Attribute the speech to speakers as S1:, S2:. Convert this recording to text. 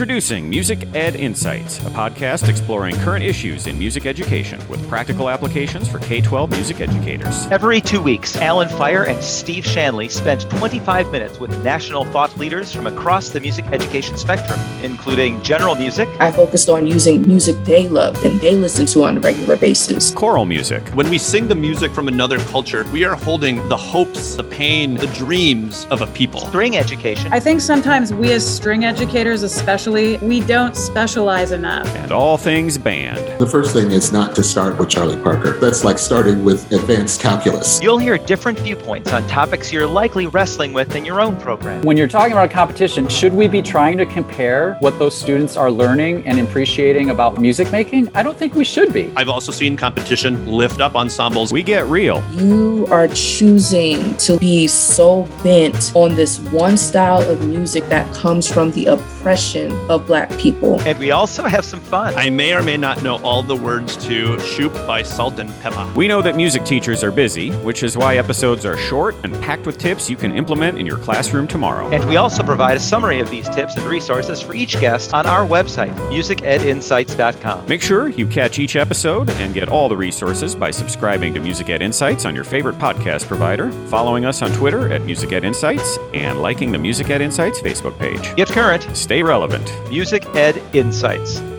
S1: Introducing Music Ed Insights, a podcast exploring current issues in music education with practical applications for K 12 music educators.
S2: Every two weeks, Alan Fire and Steve Shanley spend 25 minutes with national thought leaders from across the music education spectrum, including general music,
S3: I focused on using music they love and they listen to on a regular basis.
S1: Choral music,
S4: When we sing the music from another culture, we are holding the hopes, the pain, the dreams of a people.
S2: string education,
S5: I think sometimes we as string educators, especially, we don't specialize enough.
S1: and all things band.
S6: The first thing is not to start with Charlie Parker. That's like starting with advanced calculus.
S2: you'll hear different viewpoints on topics you're likely wrestling with in your own program.
S7: When you're talking about competition, should we be trying to compare what those students are learning and appreciating about music making? I don't think we should be.
S4: I've also seen competition lift up ensembles.
S1: We get real.
S3: You are choosing to be so bent on this one style of music that comes from the oppression of Black people.
S2: And we also have some fun.
S4: I may or may not know all the words to Shoop by Salt and Pepper.
S1: We know that music teachers are busy, which is why episodes are short and packed with tips you can implement in your classroom tomorrow.
S2: And we also provide a summary of these tips and resources for each guest on our website, musicedinsights.com.
S1: Make sure you catch each episode and get all the resources by subscribing to Music Ed Insights on your favorite podcast provider, following us on Twitter at Music Ed Insights, and liking the Music Ed Insights Facebook page.
S2: Get current,
S1: Stay relevant.
S2: Music Ed Insights.